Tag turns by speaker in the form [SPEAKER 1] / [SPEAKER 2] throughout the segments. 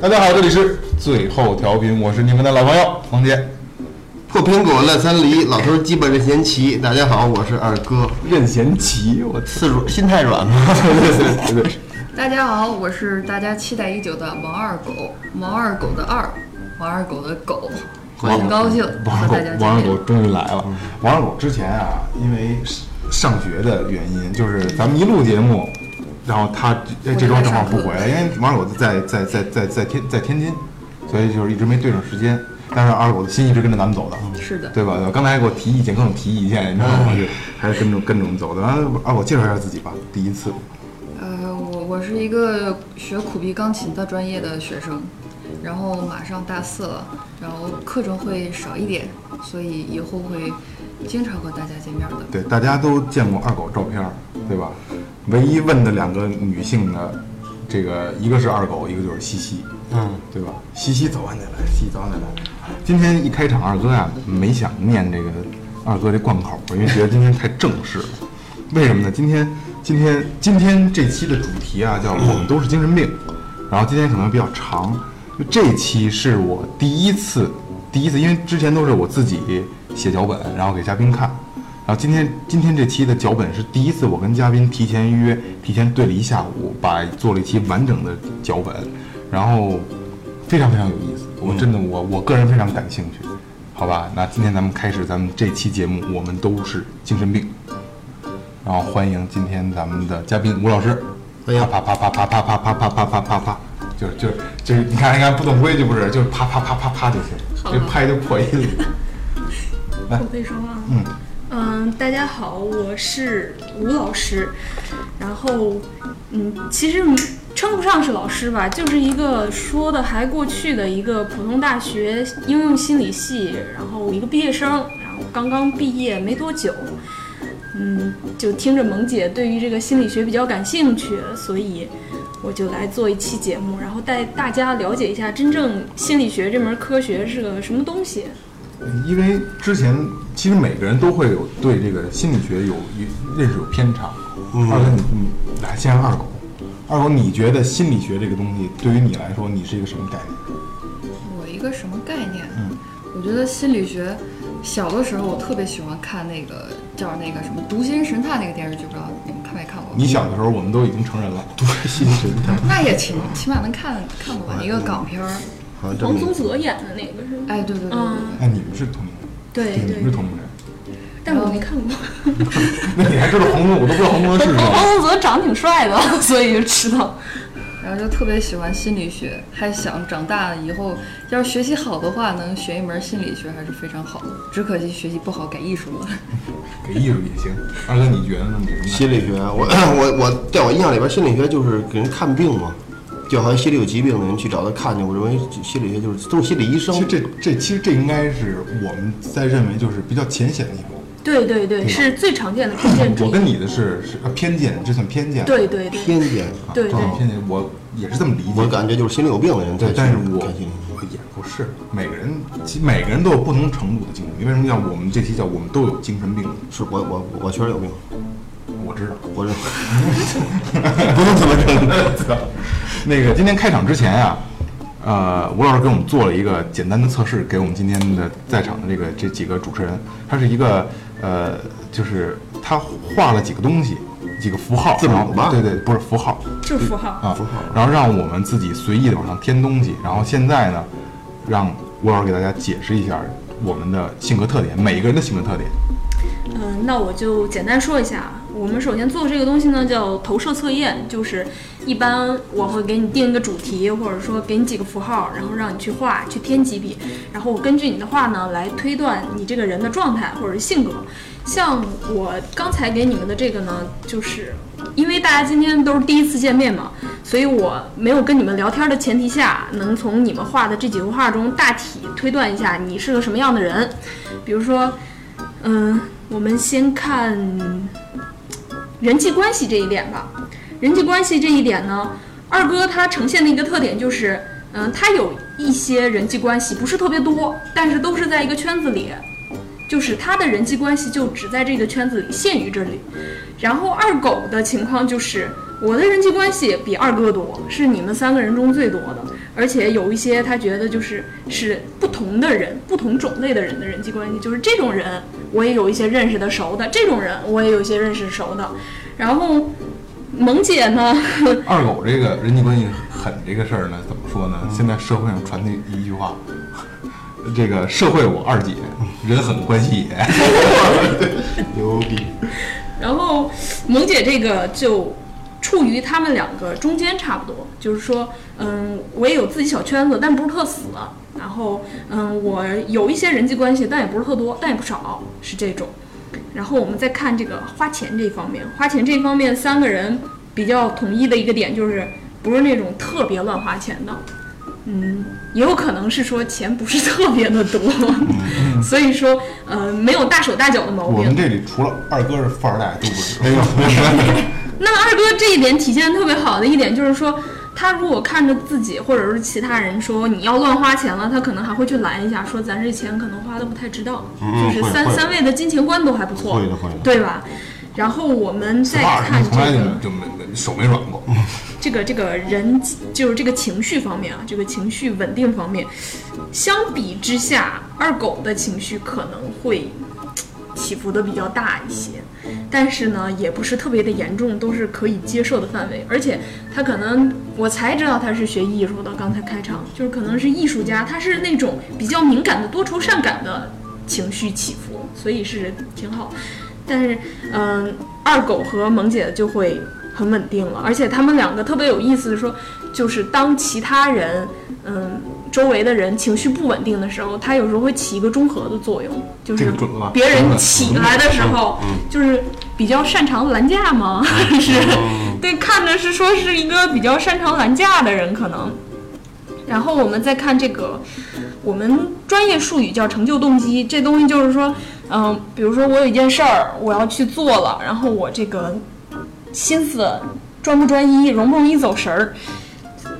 [SPEAKER 1] 大家好，这里是最后调频，我是你们的老朋友冯杰。
[SPEAKER 2] 破苹果烂三梨，老头儿鸡巴任贤齐。大家好，我是二哥，
[SPEAKER 3] 任贤齐，我
[SPEAKER 2] 次软心太软 了。
[SPEAKER 3] 对对对，
[SPEAKER 4] 大家好，我是大家期待已久的王二狗，王二狗的二，王二狗的狗，很高兴
[SPEAKER 1] 王二狗
[SPEAKER 4] 和大家，
[SPEAKER 1] 王二
[SPEAKER 4] 见
[SPEAKER 1] 狗
[SPEAKER 4] 面。
[SPEAKER 1] 终于来了。王二狗之前啊，因为上学的原因，就是咱们一录节目，然后他这哎这周正好不回来，因为王二狗在在在在在天在天津，所以就是一直没对上时间。但是二狗的心一直跟着咱们走的，
[SPEAKER 4] 是的
[SPEAKER 1] 对吧？刚才还给我提意见，各种提意见，你知道吗？就还是跟着跟着我们走的。然后二狗介绍一下自己吧，第一次。
[SPEAKER 4] 呃，我我是一个学苦逼钢琴的专业的学生，然后马上大四了，然后课程会少一点，所以以后会经常和大家见面的。
[SPEAKER 1] 对，大家都见过二狗照片儿，对吧？唯一问的两个女性的，这个一个是二狗，一个就是西西，
[SPEAKER 2] 嗯，
[SPEAKER 1] 对吧？西西早晚得来，西西早晚得来。今天一开场，二哥呀、没想念这个二哥这贯口，因为觉得今天太正式了。为什么呢？今天今天今天这期的主题啊，叫我们都是精神病。然后今天可能比较长，就这期是我第一次，第一次，因为之前都是我自己写脚本，然后给嘉宾看。然后啊今天今天这期的脚本是第一次，我跟嘉宾提前约，提前对了一下午，把做了一期完整的脚本，然后非常非常有意思。我真的我我个人非常感兴趣，好吧？那今天咱们开始咱们这期节目，我们都是精神病。然后欢迎今天咱们的嘉宾吴老师，
[SPEAKER 2] 欢迎
[SPEAKER 1] 啪啪啪啪啪啪啪啪啪啪啪啪，就是就是就是，你看你看不懂规矩不是？就是啪啪啪啪啪就行，这拍就破音了。
[SPEAKER 5] 我可以说话吗？
[SPEAKER 1] 嗯
[SPEAKER 5] 嗯，大家好，我是吴老师。然后，嗯，其实称不上是老师吧，就是一个说的还过去的一个普通大学应用心理系，然后一个毕业生，然后刚刚毕业没多久。嗯，就听着萌姐对于这个心理学比较感兴趣，所以我就来做一期节目，然后带大家了解一下真正心理学这门科学是个什么东西。
[SPEAKER 1] 因为之前其实每个人都会有对这个心理学有有认识有偏差。
[SPEAKER 2] 嗯
[SPEAKER 1] 二哥，你你来先让二狗，二狗，你觉得心理学这个东西对于你来说，你是一个什么概念？
[SPEAKER 4] 我一个什么概念？
[SPEAKER 1] 嗯
[SPEAKER 4] 我觉得心理学，小的时候我特别喜欢看那个叫那个什么《读心神探》那个电视剧，不知道你们看没看过？
[SPEAKER 1] 你小的时候我们都已经成人了，读心神探。
[SPEAKER 4] 那也起起码能看看过吧，一个港片儿。
[SPEAKER 2] 好，这
[SPEAKER 5] 王
[SPEAKER 2] 么
[SPEAKER 5] 宗泽演的那个是吗？
[SPEAKER 4] 哎，对对对对对
[SPEAKER 5] 嗯，
[SPEAKER 1] 哎，你们是同龄人，你
[SPEAKER 5] 对
[SPEAKER 1] 们是
[SPEAKER 5] 对，
[SPEAKER 1] 嗯同龄人，
[SPEAKER 5] 但我没看过。
[SPEAKER 1] 那你还知道黄宗，我都不知道黄宗泽 是谁。
[SPEAKER 5] 宗泽长挺帅的， 所以就知道。
[SPEAKER 4] 然后就特别喜欢心理学，还想长大以后要是学习好的话，能学一门心理学还是非常好的。只可惜学习不好改艺术了。
[SPEAKER 1] 给艺术也行。二哥，你觉得呢？你什么
[SPEAKER 2] 心理学，我我我在我印象里边，心理学就是给人看病嘛，就好像心里有疾病的人去找他看去。我认为心理学就是都是心理医生
[SPEAKER 1] 感觉？其。实这这其实这应该是我们在认为就是比较浅显的一种。
[SPEAKER 5] 对对对，是最常见的偏见主
[SPEAKER 1] 嗯我
[SPEAKER 5] 义。
[SPEAKER 1] 跟你的是是啊偏见，这算偏见。
[SPEAKER 5] 对对对，
[SPEAKER 2] 偏见，
[SPEAKER 1] 啊
[SPEAKER 5] 对
[SPEAKER 1] 这种
[SPEAKER 5] 对
[SPEAKER 1] 偏见我也是这么理解。
[SPEAKER 2] 我感觉就是心里有病的人才
[SPEAKER 1] 对，
[SPEAKER 2] 去
[SPEAKER 1] 但是我
[SPEAKER 2] 看心理学。
[SPEAKER 1] 也不是每个人，其每个人都有不同程度的精神病。为什么叫我们这期叫我们都有精神病？
[SPEAKER 2] 是我我我确实有病，
[SPEAKER 1] 我 知道。
[SPEAKER 2] 我认为。
[SPEAKER 1] 不用怎么整。 那个今天开场之前呀、呃，吴老师给我们做了一个简单的测试，给我们今天的在场的这个这几个主持人，他是一个呃，就是他画了几个东西，几个符号，
[SPEAKER 2] 字母
[SPEAKER 1] 然后
[SPEAKER 2] 吧
[SPEAKER 1] 对对，不是符号，
[SPEAKER 5] 就是符号。
[SPEAKER 1] 啊，然后让我们自己随意的往上添东西。然后现在呢，让吴老师给大家解释一下我们的性格特点，每个人的性格特点。
[SPEAKER 5] 嗯，那我就简单说一下啊。我们首先做这个东西呢，叫投射测验，就是一般我会给你定一个主题，或者说给你几个符号，然后让你去画，去添几笔，然后我根据你的画呢来推断你这个人的状态或者是性格。像我刚才给你们的这个呢，就是因为大家今天都是第一次见面嘛，所以我没有跟你们聊天的前提下，能从你们画的这几幅画中大体推断一下你是个什么样的人。比如说，嗯，我们先看人际关系这一点吧。人际关系这一点呢，二哥他呈现的一个特点就是，嗯，他有一些人际关系不是特别多，但是都是在一个圈子里，就是他的人际关系就只在这个圈子里，限于这里。然后二狗的情况就是，我的人际关系比二哥多，是你们三个人中最多的，而且有一些他觉得就是是不同的人、不同种类的人的人际关系，就是这种人我也有一些认识的熟的，这种人我也有一些认识熟的。然后萌姐呢，
[SPEAKER 1] 二狗这个人际关系狠这个事儿呢，怎么说呢？现在社会上传的一句话， 这个社会我二姐，人狠关系也。
[SPEAKER 2] 牛逼，
[SPEAKER 5] 然后萌姐这个就处于他们两个中间差不多，就是说，嗯，我也有自己小圈子，但不是特死。然后，嗯，我有一些人际关系，但也不是特多，但也不少，是这种。然后我们再看这个花钱这一方面，花钱这一方面，三个人比较统一的一个点就是，不是那种特别乱花钱的，嗯，也有可能是说钱不是特别的多， 所以说，呃，没有大手大脚的毛
[SPEAKER 1] 嗯我
[SPEAKER 5] 病
[SPEAKER 1] 们。这里除了二哥是富二代，都不是。
[SPEAKER 5] 那么二哥这一点体现得特别好的一点就是说，他如果看着自己或者是其他人说你要乱花钱了，他可能还会去拦一下，说咱这钱可能花的不太值当，
[SPEAKER 2] 嗯
[SPEAKER 5] 就是
[SPEAKER 2] 会
[SPEAKER 5] 三
[SPEAKER 2] 会
[SPEAKER 5] 三位的金钱观都还不错
[SPEAKER 2] 会，的会的。
[SPEAKER 5] 对吧？然后我们再
[SPEAKER 1] 富二代
[SPEAKER 5] 看
[SPEAKER 1] 从来
[SPEAKER 5] 这
[SPEAKER 1] 就
[SPEAKER 5] 个
[SPEAKER 1] 没就没没手没软过。
[SPEAKER 5] 这个这个人就是这个情绪方面啊，这个情绪稳定方面，相比之下，二狗的情绪可能会嘖起伏的比较大一些，但是呢，也不是特别的严重，都是可以接受的范围。而且他可能我才知道他是学艺术的，刚才开场就是可能是艺术家，他是那种比较敏感的多愁善感的情绪起伏，所以是挺好。但是，嗯、二狗和萌姐就会很稳定了，而且他们两个特别有意思，是说就是当其他人，嗯，周围的人情绪不稳定的时候，他有时候会起一个中和的作用，就
[SPEAKER 1] 这
[SPEAKER 5] 是
[SPEAKER 1] 个准了嗯
[SPEAKER 5] 别
[SPEAKER 1] 真
[SPEAKER 5] 人
[SPEAKER 1] 的
[SPEAKER 5] 起来的时候，就是比较擅长拦架吗？是，
[SPEAKER 2] 哦
[SPEAKER 5] 对，看着是说是一个比较擅长拦架的人可能。然后我们再看这个，我们专业术语叫成就动机，这东西就是说，嗯、比如说我有一件事儿我要去做了，然后我这个心思专不专一，容不容易走神儿，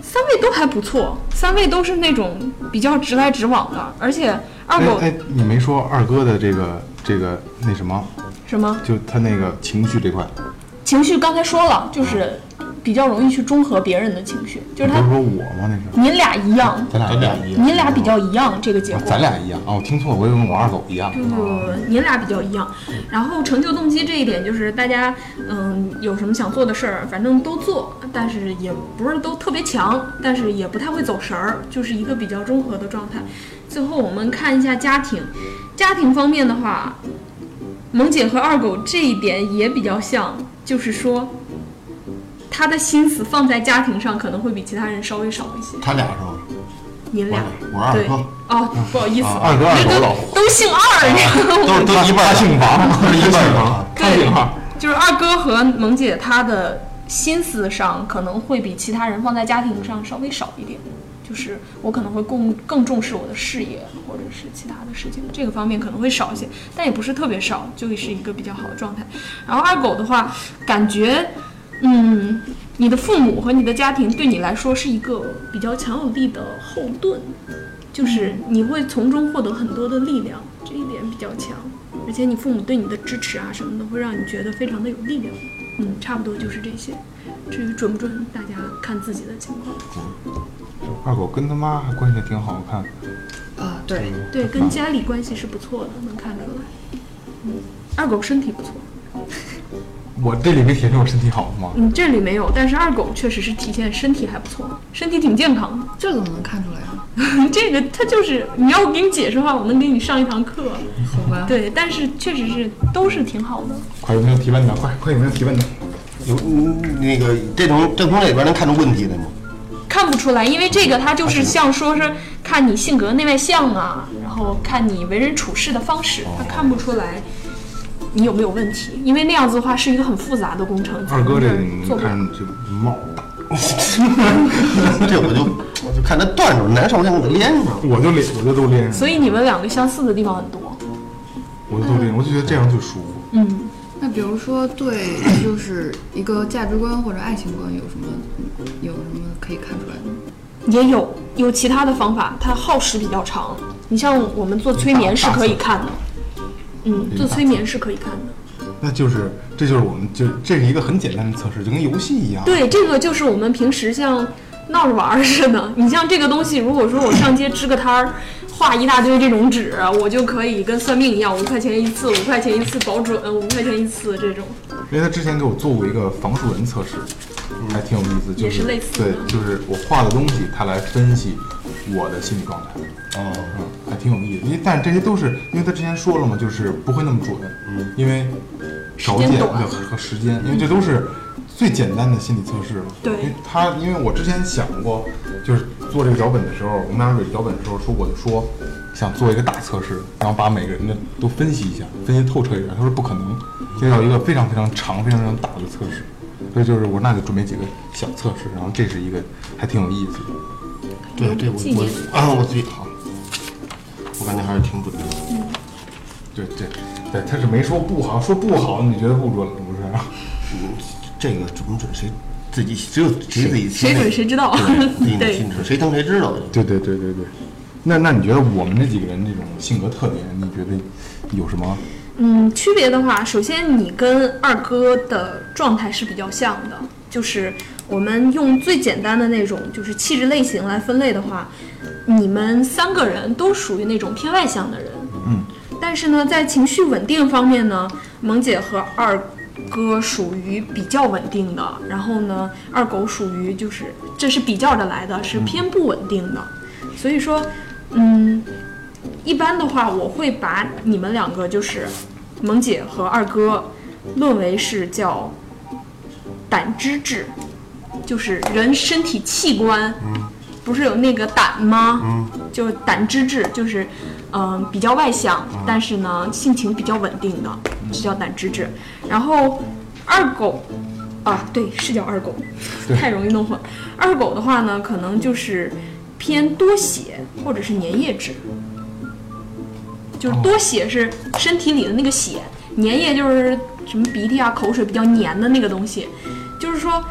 [SPEAKER 5] 三位都还不错，三位都是那种比较直来直往的，而且二
[SPEAKER 1] 哎
[SPEAKER 5] 狗、
[SPEAKER 1] 哎，你没说二哥的这个这个那什么，
[SPEAKER 5] 什么
[SPEAKER 1] 就他那个情绪这块，
[SPEAKER 5] 情绪刚才说了，就是比较容易去中和别人的情绪，就
[SPEAKER 1] 你
[SPEAKER 5] 是
[SPEAKER 1] 不
[SPEAKER 5] 他
[SPEAKER 1] 是说我吗？那是
[SPEAKER 5] 你俩一样，
[SPEAKER 1] 咱俩
[SPEAKER 2] 咱俩一样，
[SPEAKER 5] 你俩比较一样这个结
[SPEAKER 1] 啊
[SPEAKER 5] 果，
[SPEAKER 1] 咱俩一样啊！我听错了，我以为我二狗一样。
[SPEAKER 5] 不不不，您嗯俩比较一样。然后成就动机这一点，就是大家嗯有什么想做的事儿，反正都做，但是也不是都特别强，但是也不太会走神儿，就是一个比较中和的状态。最后我们看一下家庭，家庭方面的话，萌姐和二狗这一点也比较像，就是说。她的心思放在家庭上，可能会比其他人稍微少一些。
[SPEAKER 2] 他俩是吧？
[SPEAKER 5] 您俩，
[SPEAKER 2] 我是二
[SPEAKER 5] 对
[SPEAKER 2] 哥，
[SPEAKER 5] 哦，不好意思，
[SPEAKER 1] 二哥二狗老
[SPEAKER 5] 啊都都姓二，你知道吗？
[SPEAKER 2] 都都一半
[SPEAKER 1] 他
[SPEAKER 2] 儿
[SPEAKER 1] 姓王， 他姓王，他
[SPEAKER 5] 对
[SPEAKER 1] 姓王。
[SPEAKER 5] 就是二哥和萌姐她的心思上可能会比其他人放在家庭上稍微少一点，就是我可能会更更重视我的事业或者是其他的事情，这个方面可能会少一些，但也不是特别少，就是一个比较好的状态。然后二狗的话，感觉嗯，你的父母和你的家庭对你来说是一个比较强有力的后盾，就是你会从中获得很多的力量，这一点比较强。而且你父母对你的支持啊什么的，会让你觉得非常的有力量。嗯，差不多就是这些。至于准不准，大家看自己的情况。
[SPEAKER 1] 二狗跟他妈还关系挺好，我看
[SPEAKER 4] 啊，对，
[SPEAKER 5] 对，跟家里关系是不错的，能看出来。嗯，二狗身体不错，
[SPEAKER 1] 我这里没显示我身体好吗？
[SPEAKER 5] 嗯，这里没有，但是二狗确实是体现身体还不错，身体挺健康的。
[SPEAKER 4] 这怎么能看出来啊？
[SPEAKER 5] 这个他就是，你要我给你解释的话，我能给你上一堂课。
[SPEAKER 4] 好吧，
[SPEAKER 5] 对，但是确实是都是挺好的。
[SPEAKER 1] 快有没有提问的？快快有没有提问的？
[SPEAKER 2] 有嗯那个这从这从里边能看出问题来吗？
[SPEAKER 5] 看不出来，因为这个它
[SPEAKER 1] 啊
[SPEAKER 5] 就是像说是看你性格内外向啊，然后看你为人处事的方式，
[SPEAKER 1] 哦
[SPEAKER 5] 它看不出来你有没有问题，因为那样子的话是一个很复杂的工程。
[SPEAKER 1] 二哥这个你
[SPEAKER 5] 做不了
[SPEAKER 1] 看这帽大，
[SPEAKER 2] 这我就我就看他断着难受，我想给他连上。
[SPEAKER 1] 我就脸我就都拎上，
[SPEAKER 5] 所以你们两个相似的地方很多。
[SPEAKER 1] 我就都拎，我就觉得这样最舒服。
[SPEAKER 5] 嗯，
[SPEAKER 4] 那比如说对，就是一个价值观或者爱情观有什么有什么可以看出来的吗？
[SPEAKER 5] 也有有其他的方法，它耗时比较长。你像我们做催眠是可以看的，嗯，做催眠是可以看的。
[SPEAKER 1] 那就是这就是我们就这是一个很简单的测试，就跟游戏一样。
[SPEAKER 5] 对，这个就是我们平时像闹着玩儿似的。你像这个东西，如果说我上街支个摊儿，画一大堆这种纸，我就可以跟算命一样，五块钱一次，五块钱一次保准，五块钱一次这种。
[SPEAKER 1] 因为他之前给我做过一个房树人测试，还挺有意思，就
[SPEAKER 5] 嗯也是类似的
[SPEAKER 1] 对，就是我画的东西，他来分析我的心理状态，
[SPEAKER 2] 哦，
[SPEAKER 1] 嗯，还挺有意思。因为但这些都是因为他之前说了嘛，就是不会那么准，嗯，因为条件
[SPEAKER 5] 时间
[SPEAKER 1] 和
[SPEAKER 5] 短
[SPEAKER 1] 和时间，因为这都是最简单的心理测试了。
[SPEAKER 5] 对
[SPEAKER 1] 因为他因为我之前想过，就是做这个脚本的时候，我们俩捋脚本的时候说，我就说想做一个大测试，然后把每个人的都分析一下，分析透彻一点。他说不可能，这要一个非常非常长、非常非常大的测试。所以就是我那就准备几个小测试，然后这是一个还挺有意思的。
[SPEAKER 5] 嗯
[SPEAKER 2] 对对，我
[SPEAKER 5] 纪念
[SPEAKER 2] 我啊，我自己好，我感觉还是挺准的。
[SPEAKER 1] 对对对，他是没说不好，说不好你觉得不准了不是？
[SPEAKER 2] 嗯，这个准不准谁自己只有谁自己心
[SPEAKER 5] 谁
[SPEAKER 2] 里
[SPEAKER 5] 准谁知道
[SPEAKER 2] 对自己
[SPEAKER 5] 对嗯
[SPEAKER 2] 心里谁疼谁知道。
[SPEAKER 1] 对对对对对。那那你觉得我们这几个人这种性格特点，你觉得有什么？
[SPEAKER 5] 嗯，区别的话，首先你跟二哥的状态是比较像的，就是我们用最简单的那种就是气质类型来分类的话，你们三个人都属于那种偏外向的人。
[SPEAKER 1] 嗯。
[SPEAKER 5] 但是呢，在情绪稳定方面呢，萌姐和二哥属于比较稳定的，然后呢，二狗属于就是这是比较着来的，是偏不稳定的。所以说，嗯，一般的话，我会把你们两个就是萌姐和二哥论为是叫胆汁质，就是人身体器官，不是有那个胆吗？就是胆汁质，就是嗯、比较外向，但是呢性情比较稳定的，这叫胆汁质。然后二狗啊，对，是叫二狗，太容易弄混。二狗的话呢，可能就是偏多血或者是粘液质，就是多血是身体里的那个血，粘液就是什么鼻涕啊、口水比较粘的那个东西。就是说，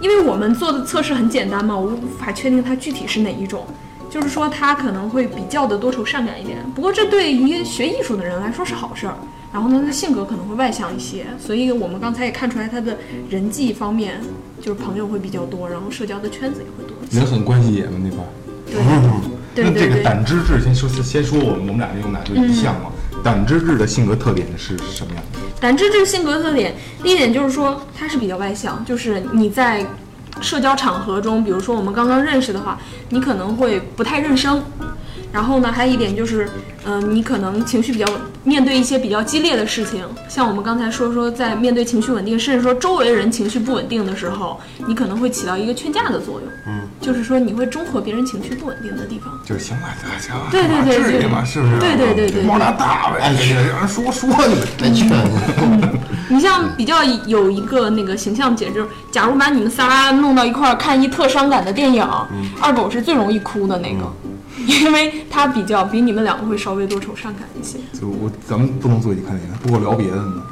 [SPEAKER 5] 因为我们做的测试很简单嘛，我无法确定它具体是哪一种。就是说，他可能会比较的多愁善感一点，不过这对于学艺术的人来说是好事儿。然后呢，他的性格可能会外向一些，所以我们刚才也看出来，他的人际方面就是朋友会比较多，然后社交的圈子也会多一些。
[SPEAKER 1] 人很关系野嘛那块儿。
[SPEAKER 5] 对，对
[SPEAKER 1] 那这
[SPEAKER 5] 对
[SPEAKER 1] 个
[SPEAKER 5] 对。
[SPEAKER 1] 胆汁质，先说先说我们我们俩这种俩就一项嘛。
[SPEAKER 5] 嗯
[SPEAKER 1] 胆汁质的性格特点是什么样的？
[SPEAKER 5] 胆汁这个性格特点，第一点就是说他是比较外向，就是你在社交场合中，比如说我们刚刚认识的话，你可能会不太认生。然后呢，还有一点就是，嗯、你可能情绪比较面对一些比较激烈的事情，像我们刚才说说，在面对情绪稳定，甚至说周围人情绪不稳定的时候，你可能会起到一个劝架的作用。嗯，就是说你会中和别人情绪不稳定的地方。
[SPEAKER 1] 就是行了，大家
[SPEAKER 5] 对对对
[SPEAKER 1] 至于嘛，
[SPEAKER 5] 对
[SPEAKER 1] 是不是？
[SPEAKER 5] 对对对对
[SPEAKER 1] 猫大大呗，让人说说你们。
[SPEAKER 2] 再劝，
[SPEAKER 5] 你像比较有一个那个形象解，就是假如把你们仨弄到一块儿看一特伤感的电影，二狗是最容易哭的那个，因为他比较比你们两个会稍微多愁善感一些。
[SPEAKER 1] 就我咱们不能坐一起看电影，不过聊别的呢，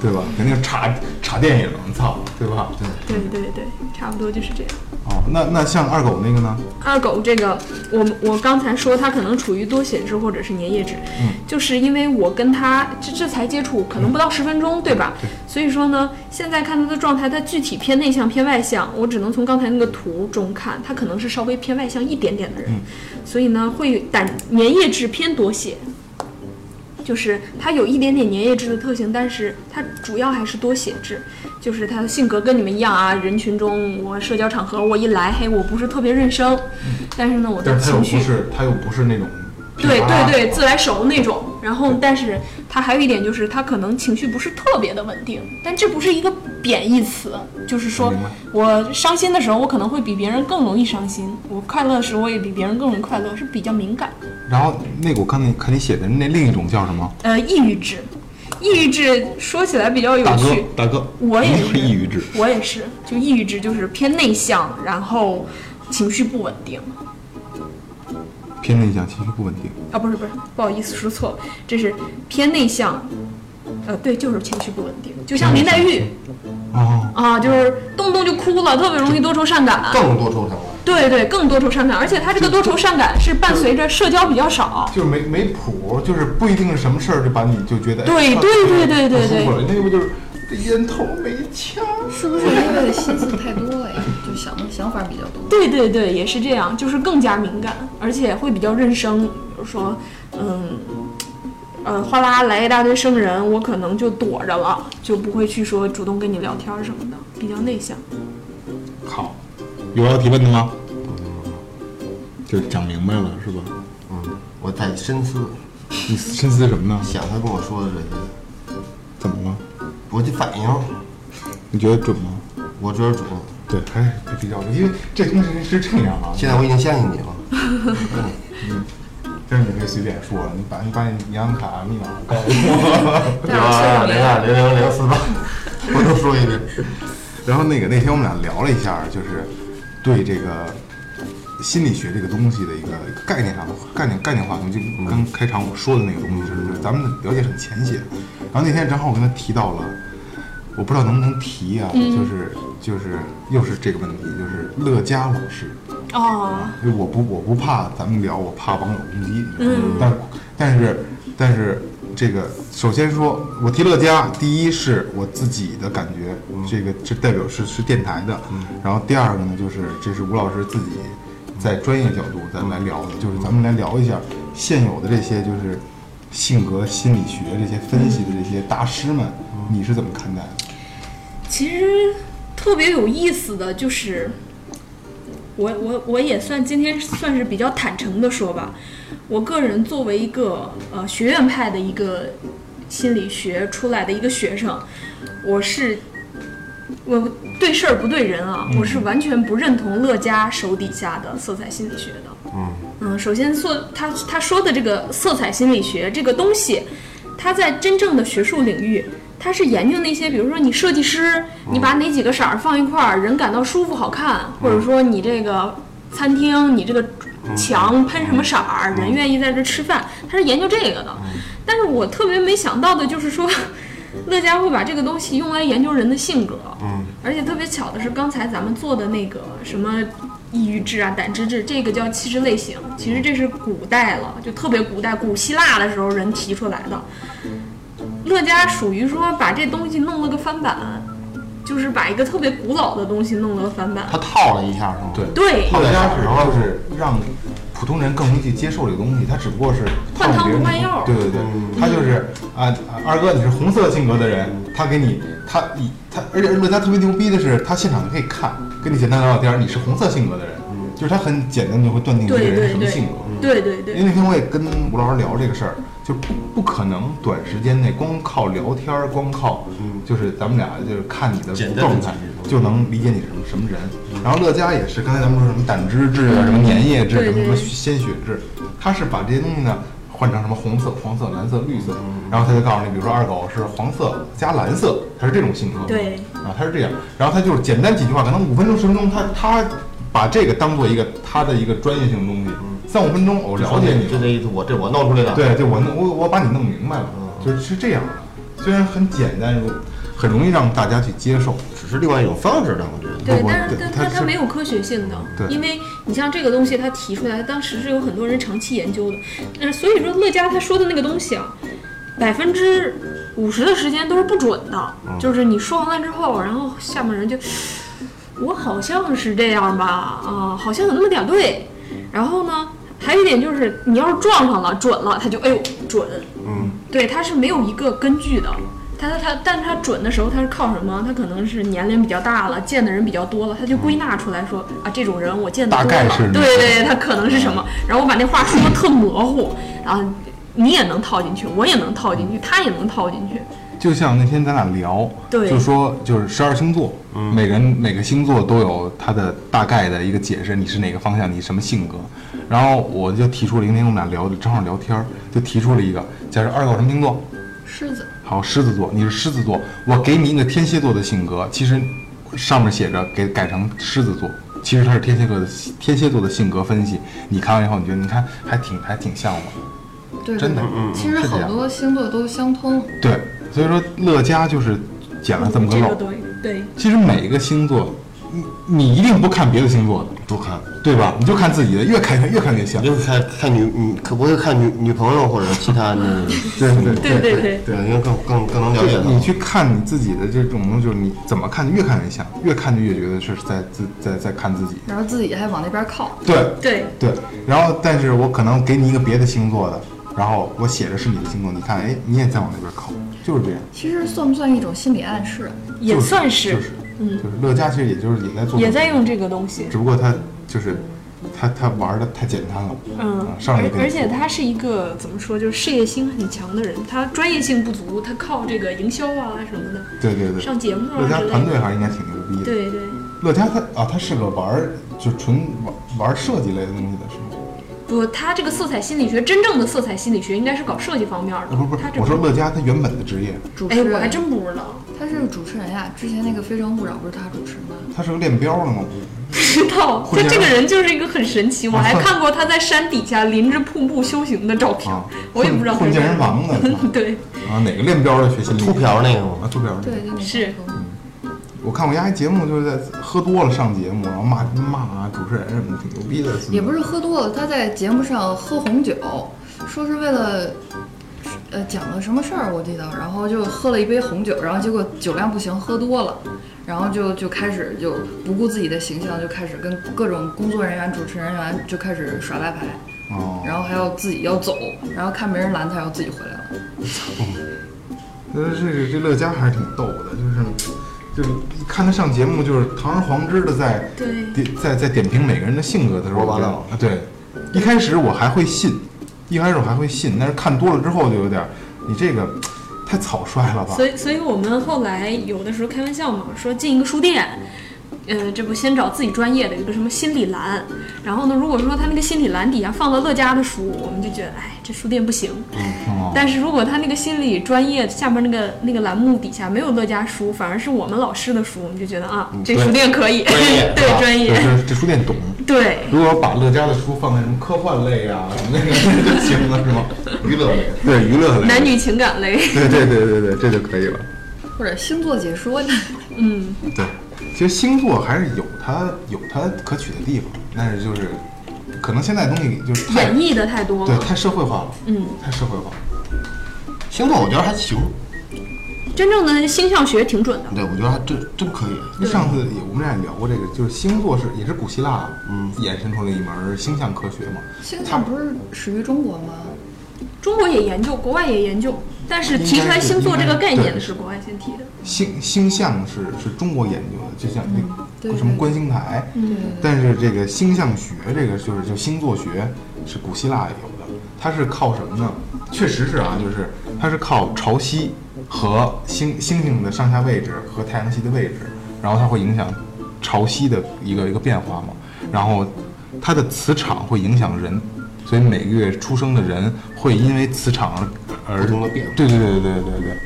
[SPEAKER 1] 对吧？肯定查查电影，操，对吧？对。
[SPEAKER 5] 对对对，差不多就是这样。
[SPEAKER 1] 哦，那那像二狗那个呢？
[SPEAKER 5] 二狗这个，我我刚才说他可能处于多血质或者是粘液质，就是因为我跟他这这才接触，可能不到十分钟，对吧？所以说呢，现在看他的状态，他具体偏内向偏外向，我只能从刚才那个图中看，他可能是稍微偏外向一点点的人，所以呢，会胆粘液质偏多血。就是他有一点点粘液质的特性，但是他主要还是多血质，就是他的性格跟你们一样啊。人群中，我社交场合我一来，嘿，我不是特别认生，但是呢，我的
[SPEAKER 1] 但是他又
[SPEAKER 5] 情绪
[SPEAKER 1] 不是，他又不啊是那种噼里
[SPEAKER 5] 对
[SPEAKER 1] 啪啦
[SPEAKER 5] 对
[SPEAKER 1] 的
[SPEAKER 5] 对，自来熟那种。然后，但是他还有一点就是，他可能情绪不是特别的稳定，但这不是一个贬义词，就是说
[SPEAKER 1] 明白
[SPEAKER 5] 我伤心的时候，我可能会比别人更容易伤心；我快乐的时候，我也比别人更容易快乐，是比较敏感。
[SPEAKER 1] 然后那个我刚才看你写的那另一种叫什么？
[SPEAKER 5] 呃，抑郁质，抑郁质说起来比较有
[SPEAKER 1] 大哥
[SPEAKER 5] 趣，，
[SPEAKER 1] 大哥，
[SPEAKER 5] 我也
[SPEAKER 1] 你
[SPEAKER 5] 是
[SPEAKER 1] 是抑郁质。
[SPEAKER 5] 我也是，就抑郁质就是偏内向，然后情绪不稳定。
[SPEAKER 1] 偏内向，情绪不稳定。
[SPEAKER 5] 啊，不是不是，不好意思说错了，这是偏内向，呃，对，就是情绪不稳定，就像林黛玉
[SPEAKER 1] 哦，
[SPEAKER 5] 啊，就是动不动就哭了，特别容易多愁善感。
[SPEAKER 2] 更多愁善感。
[SPEAKER 5] 对对，更多愁善感，而且他这个多愁善感是伴随着社交比较少。
[SPEAKER 1] 就是没没谱，就是不一定是什么事儿就把你就觉得哎
[SPEAKER 5] 对
[SPEAKER 1] 他
[SPEAKER 5] 对对对对
[SPEAKER 1] 他舒服
[SPEAKER 5] 对
[SPEAKER 1] 了那不就是这烟头没掐？
[SPEAKER 4] 是不是因为心思太多了呀？就想想法比较多。
[SPEAKER 5] 对对对，也是这样，就是更加敏感，而且会比较认生。比如说，嗯，呃，哗啦来一大堆生人，我可能就躲着了，就不会去说主动跟你聊天什么的，比较内向。
[SPEAKER 1] 好，有要提问的吗？就是讲明白了是吧？
[SPEAKER 2] 嗯，我在深思，
[SPEAKER 1] 你深思什么呢？
[SPEAKER 2] 想他跟我说的这些，
[SPEAKER 1] 怎么了？
[SPEAKER 2] 我的反应，
[SPEAKER 1] 你觉得准吗？
[SPEAKER 2] 我觉得准。
[SPEAKER 1] 对，还是比较，因为这东西是这样啊，
[SPEAKER 2] 现在我已经相信你 了。
[SPEAKER 1] 但是你可以随便说，你把你把你银行卡密码告诉我。
[SPEAKER 4] 但
[SPEAKER 5] 啊
[SPEAKER 4] 是我
[SPEAKER 2] 零二零零零四八， 我都说一遍。
[SPEAKER 1] 然后那个那天我们俩聊了一下，就是对这个心理学这个东西的一个概念上的概念概念化东西，就跟开场我说的那个东西是咱们了解很浅显。然后那天正好我跟他提到了，我不知道能不能提啊，就是就是又是这个问题，就是乐嘉老师。
[SPEAKER 5] 哦，
[SPEAKER 1] 因为我不我不怕咱们聊，我怕网友攻击。嗯，但但是但是这个，首先说，我提乐嘉，第一是我自己的感觉，这个这代表是是电台的。然后第二个呢，就是这是吴老师自己在专业角度咱来聊的，就是咱们来聊一下现有的这些就是性格心理学这些分析的这些大师们，你是怎么看待的？
[SPEAKER 5] 其实特别有意思的就是，我我我也算今天算是比较坦诚的说吧，我个人作为一个呃学院派的一个心理学出来的一个学生，我是我对事儿不对人啊，我是完全不认同乐嘉手底下的色彩心理学的。嗯，首先说他他说的这个色彩心理学这个东西，它在真正的学术领域，它是研究那些，比如说你设计师，你把哪几个色儿放一块儿，人感到舒服好看，或者说你这个餐厅，你这个墙喷什么色儿，人愿意在这吃饭，它是研究这个的。但是我特别没想到的就是
[SPEAKER 1] 嗯
[SPEAKER 5] 说，乐嘉会把这个东西用来研究人的性格。
[SPEAKER 1] 嗯
[SPEAKER 5] 而且特别巧的是，刚才咱们做的那个什么抑郁质啊、胆汁质，这个叫气质类型，其实这是古代了，就特别古代，古希腊的时候人提出来的。乐嘉属于说把这东西弄了个翻版，就是把一个特别古老的东西弄了个翻版。
[SPEAKER 2] 他套了一下是吗？
[SPEAKER 1] 对
[SPEAKER 5] 对，
[SPEAKER 1] 乐嘉是就是让普通人更容易去接受这个东西，他只不过是
[SPEAKER 5] 换汤不换
[SPEAKER 1] 别人
[SPEAKER 5] 药
[SPEAKER 1] 对对对，他就是啊，啊二哥你是红色性格的人，他给你他以他，而且乐嘉特别牛逼的是，他现场可以看，跟你简单聊聊天儿，你是红色性格的人，就是他很简单就会断定一个
[SPEAKER 5] 对
[SPEAKER 1] 人
[SPEAKER 5] 对
[SPEAKER 1] 是什么
[SPEAKER 5] 对
[SPEAKER 1] 性格。嗯
[SPEAKER 5] 对对对
[SPEAKER 1] 因为那天我也跟吴老师聊这个事儿，就不不可能短时间内光靠聊天儿，光靠就是咱们俩就是看你的
[SPEAKER 2] 嗯简单的嗯
[SPEAKER 1] 状态
[SPEAKER 2] 几句
[SPEAKER 1] 就能理解你是什么什么人。然后乐嘉也是，刚才咱们说什么胆汁质啊，什么粘液质，
[SPEAKER 5] 对
[SPEAKER 1] 什么什
[SPEAKER 5] 对
[SPEAKER 1] 么鲜血质，他是把这些东西呢换成什么红色、黄色、蓝色、绿色，
[SPEAKER 2] 嗯
[SPEAKER 1] 然后他就告诉你，比如说二狗是黄色加蓝色，他是这种性格。
[SPEAKER 5] 对
[SPEAKER 1] 啊，他是这样，然后他就是简单几句话，可能五分钟、十分钟，他他把这个当做一个他的一个专业性东西，
[SPEAKER 2] 嗯
[SPEAKER 1] 三五分钟哦我了解你
[SPEAKER 2] 就这
[SPEAKER 1] 了，
[SPEAKER 2] 意思，我这我弄出来的。，
[SPEAKER 1] 对，就我弄我我把你弄明白了，就是是这样的，虽然很简单，如很容易让大家去接受，
[SPEAKER 2] 只是另外一种方式，但我觉得。
[SPEAKER 5] 对，
[SPEAKER 1] 我
[SPEAKER 5] 但是
[SPEAKER 1] 对
[SPEAKER 5] 但
[SPEAKER 1] 它
[SPEAKER 5] 但它
[SPEAKER 1] 是
[SPEAKER 5] 没有科学性的，
[SPEAKER 1] 对
[SPEAKER 5] 因为你像这个东西，它提出来，当时是有很多人长期研究的，呃，所以说乐嘉他说的那个东西啊，百分之五十的时间都是不准
[SPEAKER 1] 哦
[SPEAKER 5] 的，就是你说完了之后，然后下面人就，我好像是这样吧，啊、好像有那么点儿对，然后呢，还有一点就是你要是撞上了准了，他就哎呦准，
[SPEAKER 2] 嗯，
[SPEAKER 5] 对，它是没有一个根据的。它它它，但是它准的时候，它是靠什么？它可能是年龄比较大了，见的人比较多了，它就归纳出来说啊，这种人我见的
[SPEAKER 1] 大
[SPEAKER 5] 多
[SPEAKER 1] 概
[SPEAKER 5] 了，
[SPEAKER 1] 是嗯
[SPEAKER 5] 对对对，他可能是什么？然后我把那话说的特模糊，啊，你也能套进去，我也能套进去，他也能套进去，
[SPEAKER 1] 就像那天咱俩聊，
[SPEAKER 5] 对
[SPEAKER 1] 就说就是十二星座，每个人每个星座都有它的大概的一个解释，你是哪个方向，你什么性格。然后我就提出了，因为我们俩聊的正好聊天儿，就提出了一个，假设二狗什么星座？
[SPEAKER 4] 狮子，
[SPEAKER 1] 好，狮子座，你是狮子座，我给你一个天蝎座的性格，其实上面写着给改成狮子座，其实它是天蝎座的天蝎座的性格分析。你看完以后，你觉得你看还挺还挺像我，
[SPEAKER 4] 对，
[SPEAKER 1] 真的
[SPEAKER 4] 对其实
[SPEAKER 1] 是这
[SPEAKER 4] 好
[SPEAKER 1] 样
[SPEAKER 4] 多星座都相通，
[SPEAKER 1] 对，所以说乐嘉就是捡了这么个
[SPEAKER 5] 这
[SPEAKER 1] 漏
[SPEAKER 5] 个
[SPEAKER 1] 儿。
[SPEAKER 5] 东西对
[SPEAKER 1] 其实每一个星座你你一定不看别的星座的，
[SPEAKER 2] 不看，
[SPEAKER 1] 对吧？你就看自己的，越看越越看越像。
[SPEAKER 2] 就是看看女女，可不会看女女朋友或者其他的，
[SPEAKER 1] 对对
[SPEAKER 5] 对对对，
[SPEAKER 2] 对，因为更更更能了
[SPEAKER 1] 就
[SPEAKER 2] 解
[SPEAKER 1] 是
[SPEAKER 2] 到。
[SPEAKER 1] 你去看你自己的这种，就是你怎么看，越看越像，越看就越觉得是在自在在看自己。
[SPEAKER 4] 然后自己还往那边靠，
[SPEAKER 1] 对
[SPEAKER 5] 对，
[SPEAKER 1] 对，然后但是我可能给你一个别的星座的，然后我写的是你的星座，你看，哎，你也在往那边靠，就是这样，
[SPEAKER 4] 其实算不算一种心理暗示？啊
[SPEAKER 5] 也算是，
[SPEAKER 1] 就是
[SPEAKER 5] 嗯，
[SPEAKER 1] 就是乐嘉其实也就是也在做，
[SPEAKER 5] 也在用，这个东西。
[SPEAKER 1] 只不过他就是他他玩的太简单了，
[SPEAKER 5] 嗯
[SPEAKER 1] 啊，上来
[SPEAKER 5] 而
[SPEAKER 1] 就跟你
[SPEAKER 5] 而且
[SPEAKER 1] 说
[SPEAKER 5] 他是一个怎么说，就是事业心很强的人，他专业性不足，他靠这个营销啊什么的，
[SPEAKER 1] 对对对，
[SPEAKER 5] 上节目
[SPEAKER 1] 乐
[SPEAKER 5] 啊
[SPEAKER 1] 嘉
[SPEAKER 5] 之类
[SPEAKER 1] 团队
[SPEAKER 5] 的。
[SPEAKER 1] 还是应该挺牛逼的。
[SPEAKER 5] 对对，
[SPEAKER 1] 乐嘉他啊，他是个玩儿就纯玩玩设计类的东西的是吗？
[SPEAKER 5] 不，他这个色彩心理学，真正的色彩心理学应该是搞设计方面
[SPEAKER 1] 啊，
[SPEAKER 5] 的。
[SPEAKER 1] 不是不
[SPEAKER 5] 他
[SPEAKER 1] 是，
[SPEAKER 5] 这
[SPEAKER 1] 我
[SPEAKER 5] 个
[SPEAKER 1] 说乐嘉他原本的职业，
[SPEAKER 4] 主持
[SPEAKER 5] 哎，
[SPEAKER 4] 人，
[SPEAKER 5] 我还真不知道，
[SPEAKER 4] 他是主持人呀。之前那个《非诚勿扰》不是他主持吗？
[SPEAKER 1] 他是个练标的吗？
[SPEAKER 5] 不知道。
[SPEAKER 1] 会
[SPEAKER 5] 他
[SPEAKER 1] 这样
[SPEAKER 5] 这个人就是一个很神奇，我还看过他在山底下临着瀑布修行的照片
[SPEAKER 1] 啊，
[SPEAKER 5] 我也不知道他
[SPEAKER 1] 混
[SPEAKER 5] 是
[SPEAKER 1] 健身 房的
[SPEAKER 5] 对，
[SPEAKER 1] 啊，哪个练标的学心理？
[SPEAKER 2] 秃瓢那个
[SPEAKER 1] 啊，
[SPEAKER 2] 吗？
[SPEAKER 1] 秃瓢那个
[SPEAKER 4] 对，就那个
[SPEAKER 5] 是
[SPEAKER 1] 我看我丫一节目就是在喝多了上节目，然后骂骂主持人什么的，挺牛逼的。
[SPEAKER 4] 也不是喝多了，他在节目上喝红酒，说是为了，呃，讲了什么事儿我记得，然后就喝了一杯红酒，然后结果酒量不行，喝多了，然后就就开始就不顾自己的形象，就开始跟各种工作人员、主持人员就开始耍大牌，
[SPEAKER 1] 哦，
[SPEAKER 4] 然后还要自己要走，然后看没人拦他，要自己回来了。
[SPEAKER 1] 但是这个这乐嘉还是挺逗的，就是就是一看他上节目，就是堂而皇之的在
[SPEAKER 5] 对
[SPEAKER 1] 点在在点评每个人的性格的时候，
[SPEAKER 2] 胡说八道
[SPEAKER 1] 我觉得啊，对，一开始我还会信，一开始我还会信，但是看多了之后就有点儿，你这个太草率了吧？
[SPEAKER 5] 所以，所以我们后来有的时候开玩笑嘛，说进一个书店，呃，这不先找自己专业的一个什么心理栏，然后呢，如果说他那个心理栏底下放了乐嘉的书，我们就觉得，哎，这书店不行。
[SPEAKER 1] 哦
[SPEAKER 5] 但是如果他那个心理专业下面那个那个栏目底下没有乐嘉书，反而是我们老师的书，我们就觉得啊，这
[SPEAKER 2] 对
[SPEAKER 5] 书店可以，
[SPEAKER 2] 专业是吧
[SPEAKER 5] 对专
[SPEAKER 1] 就
[SPEAKER 5] 业，
[SPEAKER 1] 是这书店懂。
[SPEAKER 5] 对。
[SPEAKER 1] 如果把乐嘉的书放在什么科幻类啊什么那个 就行了，是吗？
[SPEAKER 2] 娱乐类。
[SPEAKER 1] 对，娱乐类，
[SPEAKER 5] 男女情感类，
[SPEAKER 1] 对对对对对，这就可以了。
[SPEAKER 4] 或者星座解说，
[SPEAKER 5] 嗯，
[SPEAKER 1] 对，其实星座还是有它有它可取的地方，但是就是可能现在东西就是太
[SPEAKER 5] 演绎的太多
[SPEAKER 1] 对
[SPEAKER 5] 了，
[SPEAKER 1] 太社会化了，
[SPEAKER 5] 嗯，
[SPEAKER 1] 太社会化了。
[SPEAKER 2] 星座我觉得还行，
[SPEAKER 5] 真正的星象学挺准的，
[SPEAKER 2] 对我觉得还真真可以。
[SPEAKER 1] 因为上次也我们俩也聊过这个，就是星座是也是古希腊啊
[SPEAKER 2] 嗯
[SPEAKER 1] 衍生出了一门星象科学嘛。
[SPEAKER 4] 星象不是始于中国吗？
[SPEAKER 5] 中国也研究，国外也研究，但是提出来星座这个概念是国外先提的。
[SPEAKER 1] 星星象是是中国研究的，就像那
[SPEAKER 4] 嗯对
[SPEAKER 1] 个
[SPEAKER 4] 对
[SPEAKER 1] 什么观星台，
[SPEAKER 5] 嗯，
[SPEAKER 1] 但是这个星象学，这个就是就星座学，是古希腊有的。它是靠什么呢？确实是啊，就是它是靠潮汐和星星星的上下位置和太阳系的位置，然后它会影响潮汐的一个一个变化嘛。然后它的磁场会影响人，所以每个月出生的人会因为磁场而而
[SPEAKER 2] 不同的变化
[SPEAKER 1] 对对对对对对对，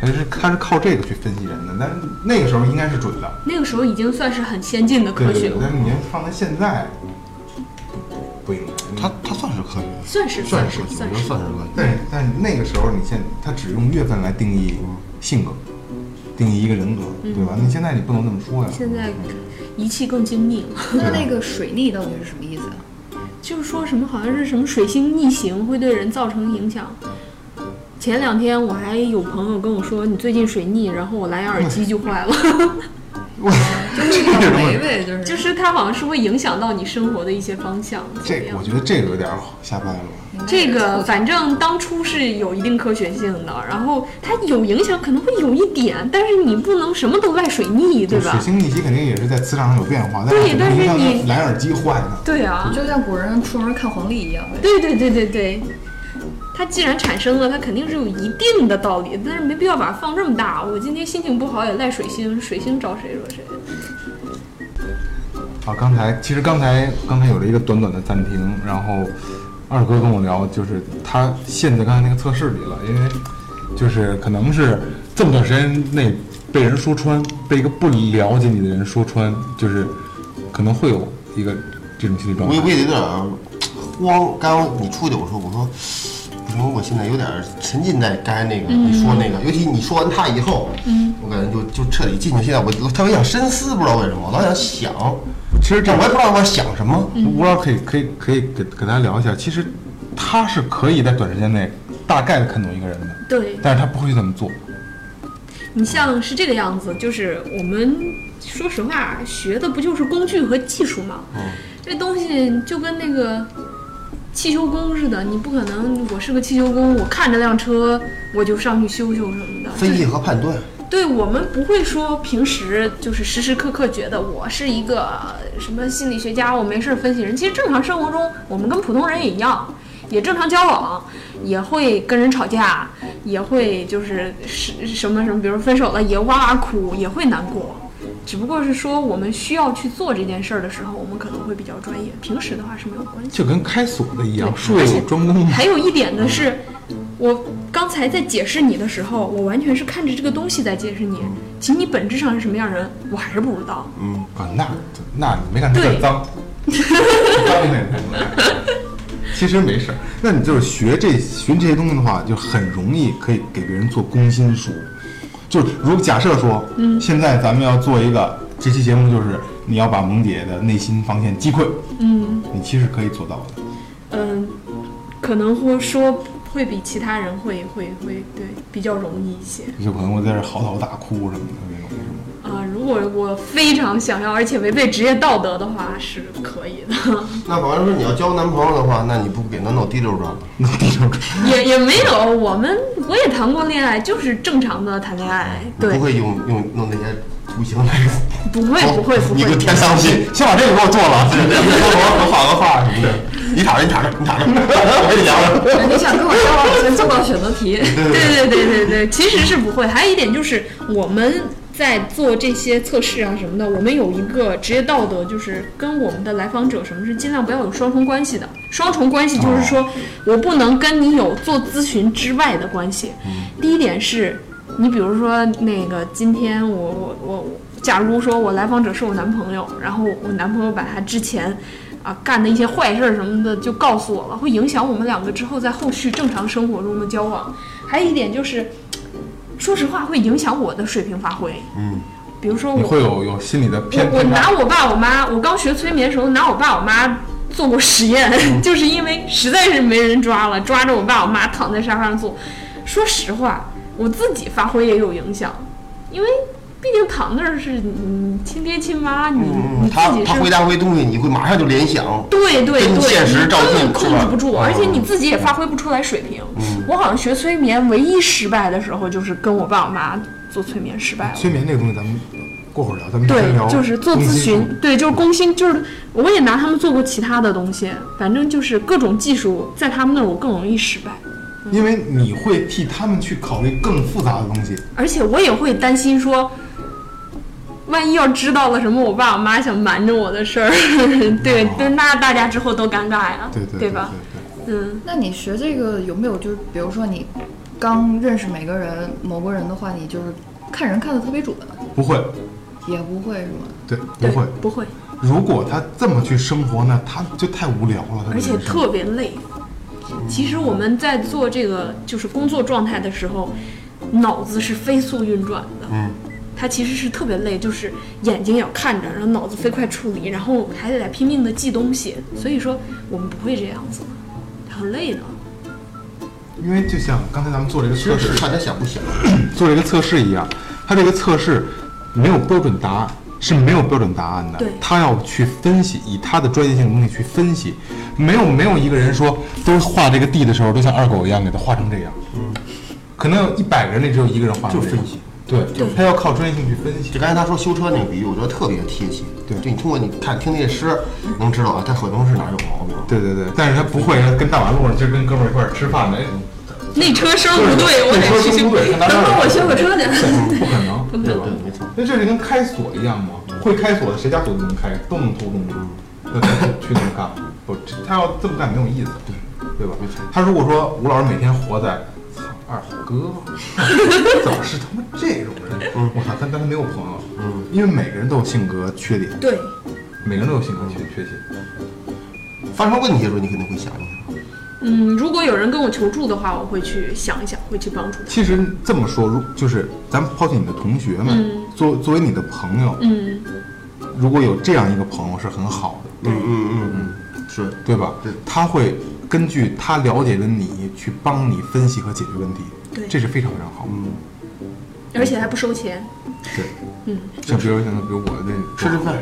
[SPEAKER 1] 它是它是靠这个去分析人的，但是那个时候应该是准的。
[SPEAKER 5] 那个时候已经算是很先进的
[SPEAKER 1] 对
[SPEAKER 5] 科
[SPEAKER 1] 对
[SPEAKER 5] 学
[SPEAKER 1] 对，
[SPEAKER 5] 了，
[SPEAKER 1] 但是你要放在现在，不应该。
[SPEAKER 2] 它它算是科学，
[SPEAKER 5] 算是
[SPEAKER 2] 算
[SPEAKER 5] 是
[SPEAKER 2] 是科学，我
[SPEAKER 5] 算
[SPEAKER 2] 觉得
[SPEAKER 5] 是。
[SPEAKER 2] 算是科学。
[SPEAKER 1] 但是但是那个时候，你现他只用月份来定义性格，定义一个人格，对吧？你现在你不能这么说呀。
[SPEAKER 5] 嗯
[SPEAKER 1] 嗯
[SPEAKER 5] 现在仪器更精密了，
[SPEAKER 4] 那那个水逆到底是什么意思啊？
[SPEAKER 5] 就是说什么好像是什么水星逆行会对人造成影响。前两天我还有朋友跟我说你最近水逆，然后我蓝牙耳机就坏了，
[SPEAKER 4] 就是倒霉呗，就是
[SPEAKER 5] 就是它好像是会影响到你生活的一些方向。怎么
[SPEAKER 1] 这
[SPEAKER 5] 样
[SPEAKER 1] 我觉得这个有点瞎掰了。
[SPEAKER 5] 这个反正当初是有一定科学性的，然后它有影响，可能会有一点，但是你不能什么都赖水逆，对
[SPEAKER 1] 就水
[SPEAKER 5] 吧？
[SPEAKER 1] 星逆行肯定也是在磁场上有变化，但
[SPEAKER 5] 对但是
[SPEAKER 1] 你让
[SPEAKER 5] 你
[SPEAKER 1] 它蓝牙耳机坏呢？
[SPEAKER 5] 对啊，
[SPEAKER 4] 就像古人出门看黄历一样呗。
[SPEAKER 5] 对对对对对，它既然产生了，它肯定是有一定的道理，但是没必要把它放这么大。我今天心情不好也赖水星，水星招谁惹谁？
[SPEAKER 1] 啊，刚才其实刚才刚才有了一个短短的暂停，然后二哥跟我聊，就是他陷在刚才那个测试里了，因为就是可能是这么短时间内被人说穿，被一个不了解你的人说穿，就是可能会有一个这种心理状
[SPEAKER 2] 我
[SPEAKER 1] 态
[SPEAKER 2] 也。我也有点儿慌，刚刚你出去，我说我说，然后我现在有点沉浸在刚才那个你说那个，尤其你说完他以后，嗯，我感觉就就彻底进去。现在我我特别想深思，不知道为什么，我老想想，
[SPEAKER 1] 其实这
[SPEAKER 2] 但我也不知道我想什么。
[SPEAKER 1] 吴老师可以可以可以给给大家聊一下，其实他是可以在短时间内大概的看懂一个人的，
[SPEAKER 5] 对
[SPEAKER 1] 但是他不会去这么做。
[SPEAKER 5] 你像是这个样子，就是我们说实话学的不就是工具和技术吗？这东西就跟那个汽修工似的，你不可能我是个汽修工，我看着辆车我就上去修修什么的，
[SPEAKER 2] 分析和判断，
[SPEAKER 5] 对我们不会说平时就是时时刻刻觉得我是一个呃什么心理学家，我没事儿分析人。其实正常生活中，我们跟普通人也一样，也正常交往，也会跟人吵架，也会就是是什么什么，比如分手了也哇哇哭，也会难过。只不过是说我们需要去做这件事儿的时候，我们可能会比较专业，平时的话是没有关系的。
[SPEAKER 1] 就跟开锁的一样，
[SPEAKER 5] 对
[SPEAKER 1] 术业有专攻嘛。
[SPEAKER 5] 还有一点
[SPEAKER 2] 嗯
[SPEAKER 5] 呢是，我刚才在解释你的时候，我完全是看着这个东西在解释你，其实你本质上是什么样人，我还是不知道。
[SPEAKER 2] 嗯，
[SPEAKER 1] 啊，那那你没看出来
[SPEAKER 5] 对
[SPEAKER 1] 脏， 脏那个。其实没事儿，那你就是学这学这些东西的话，就很容易可以给别人做攻心术。就是如果假设说，嗯，现在咱们要做一个这期节目，就是你要把萌姐的内心防线击溃，
[SPEAKER 5] 嗯
[SPEAKER 1] 你其实可以做到的。
[SPEAKER 5] 嗯、可能会说会比其他人会会会对比较容易一些
[SPEAKER 1] 就可能我在这儿嚎啕大哭什么的那种，是吗？
[SPEAKER 5] 啊、如果我非常想要，而且违背职业道德的话，是可以的。
[SPEAKER 2] 那反正说你要交男朋友的话，那你不给他弄滴溜状吗？
[SPEAKER 5] 也也没有，我们我也谈过恋爱，就是正常的谈恋爱，对
[SPEAKER 2] 不，会用用弄那些图形来。
[SPEAKER 5] 不会 不会不
[SPEAKER 2] 你给
[SPEAKER 5] 会
[SPEAKER 2] 我。添上 去，先把这个给我做了，对对对， 我画个画什么的。你躺着，你躺着，你躺着，我跟你聊 聊。
[SPEAKER 4] 你想跟我交往，先做到选择题。
[SPEAKER 5] 对对对对对，其实是不会。还有一点就是，我们在做这些测试啊什么的，我们有一个职业道德，就是跟我们的来访者什么是尽量不要有双重关系的。双重关系就是说，我不能跟你有做咨询之外的关系。第一点是，你比如说那个今天我我我我，假如说我来访者是我男朋友，然后我男朋友把他之前。啊，干的一些坏事儿什么的，就告诉我了，会影响我们两个之后在后续正常生活中的交往。还有一点就是，说实话会影响我的水平发挥。
[SPEAKER 2] 嗯，
[SPEAKER 5] 比如说
[SPEAKER 1] 你
[SPEAKER 5] 我
[SPEAKER 1] 会有有心理的偏
[SPEAKER 5] 我我
[SPEAKER 1] 偏差
[SPEAKER 5] 拿我爸我妈，我刚学催眠的时候拿我爸我妈做过实验， 就是因为实在是没人抓了，抓着我爸我妈躺在沙发上做。说实话，我自己发挥也有影响，因为毕竟躺那儿是你你亲爹亲妈，你、
[SPEAKER 2] 嗯
[SPEAKER 5] 你自
[SPEAKER 2] 他
[SPEAKER 5] 己
[SPEAKER 2] 他
[SPEAKER 5] 是
[SPEAKER 2] 回答回东西，你会马上就联想。
[SPEAKER 5] 对对
[SPEAKER 2] 跟
[SPEAKER 5] 对，
[SPEAKER 2] 现实
[SPEAKER 5] 你
[SPEAKER 2] 照
[SPEAKER 5] 根
[SPEAKER 2] 镜
[SPEAKER 5] 本
[SPEAKER 2] 是
[SPEAKER 5] 控
[SPEAKER 2] 吧
[SPEAKER 5] 制不住，
[SPEAKER 2] 嗯
[SPEAKER 5] 而且你自己也发挥不出来水平。我好像学催眠唯一失败的时候，就是跟我爸我妈做催眠失败了。
[SPEAKER 1] 催眠这个东西，咱们过会儿聊，咱们先
[SPEAKER 5] 对
[SPEAKER 1] 聊，
[SPEAKER 5] 就是做
[SPEAKER 1] 攻
[SPEAKER 5] 咨
[SPEAKER 1] 心术
[SPEAKER 5] 询，对，就是工薪，就是我也拿他们做过其他的东西，反正就是各种技术，在他们那儿我更容易失败，
[SPEAKER 1] 因为你会替他们去考虑更复杂的东西。
[SPEAKER 5] 而且我也会担心说，万一要知道了什么我爸我妈想瞒着我的事儿， 对，对，那大家之后都尴尬呀，
[SPEAKER 1] 对对
[SPEAKER 5] 吧？嗯，
[SPEAKER 4] 那你学这个有没有就是，比如说你刚认识每个人某个人的话，你就是看人看得特别准，
[SPEAKER 1] 不会，
[SPEAKER 4] 也不会是吗？
[SPEAKER 1] 对，不
[SPEAKER 5] 对
[SPEAKER 1] 会。
[SPEAKER 5] 不会，
[SPEAKER 1] 如果他这么去生活呢，他就太无聊了。他的
[SPEAKER 5] 而且
[SPEAKER 1] 人生
[SPEAKER 5] 特别累。其实我们在做这个就是工作状态的时候，脑子是飞速运转的，
[SPEAKER 2] 嗯，
[SPEAKER 5] 它其实是特别累，就是眼睛也要看着，然后脑子飞快处理，然后还得来拼命的记东西。所以说我们不会这样子，很累的。
[SPEAKER 1] 因为就像刚才咱们做这个
[SPEAKER 2] 其实
[SPEAKER 1] 测
[SPEAKER 2] 是
[SPEAKER 1] 试，
[SPEAKER 2] 看他想不想。
[SPEAKER 1] 做这个测试一样，他这个测试没有标准答案，是没有标准答案的。
[SPEAKER 5] 对
[SPEAKER 1] 他要去分析，以他的专业性的东西去分析，没有没有一个人说都画这个地的时候都像二狗一样给它画成这样。嗯，可能有一百个人里只有一个人画成
[SPEAKER 2] 就
[SPEAKER 1] 这样
[SPEAKER 2] 分析。
[SPEAKER 1] 对，他要靠专业性去分析
[SPEAKER 2] 就。刚才他说修车那个比喻，我觉得特别贴切。
[SPEAKER 1] 对
[SPEAKER 2] 就你通过你看听那些诗，能知道啊，他可能是哪儿有毛病。
[SPEAKER 1] 对对对，但是他不会跟大马路上，就是跟哥们儿一块儿吃饭的，哎
[SPEAKER 5] 那车声不啊对，我
[SPEAKER 1] 那车
[SPEAKER 5] 得去
[SPEAKER 1] 声不对，上哪
[SPEAKER 4] 等会儿
[SPEAKER 1] 儿
[SPEAKER 4] 我修个车去。
[SPEAKER 1] 对不可能，对吧？
[SPEAKER 2] 没错。
[SPEAKER 1] 那这就跟开锁一样嘛，会开锁的谁家锁都能开，都能偷东西，那他去那么干，不，这他要这么干没有意思，对对吧？他如果说吴老师每天活在，操二哥， 怎么是他妈这种人？我操，但但他没有朋友，嗯，因为每个人都有性格缺点，
[SPEAKER 5] 对，
[SPEAKER 1] 每个人都有性格缺缺陷，
[SPEAKER 2] 发生问题的时候，你肯定会想一想。
[SPEAKER 5] 嗯，如果有人跟我求助的话，我会去想一想，会去帮助他。
[SPEAKER 1] 其实这么说，如就是咱们抛弃你的同学们，作作为你的朋友，
[SPEAKER 5] 嗯，
[SPEAKER 1] 如果有这样一个朋友是很好的，
[SPEAKER 2] 嗯嗯嗯嗯，是，
[SPEAKER 1] 对吧？
[SPEAKER 2] 对
[SPEAKER 1] 他会根据他了解的你去帮你分析和解决问题，
[SPEAKER 5] 对
[SPEAKER 1] 这是非常非常好。嗯，
[SPEAKER 5] 而且还不收钱。
[SPEAKER 1] 对，
[SPEAKER 5] 嗯，
[SPEAKER 1] 像比如像比如我这
[SPEAKER 2] 吃吃饭，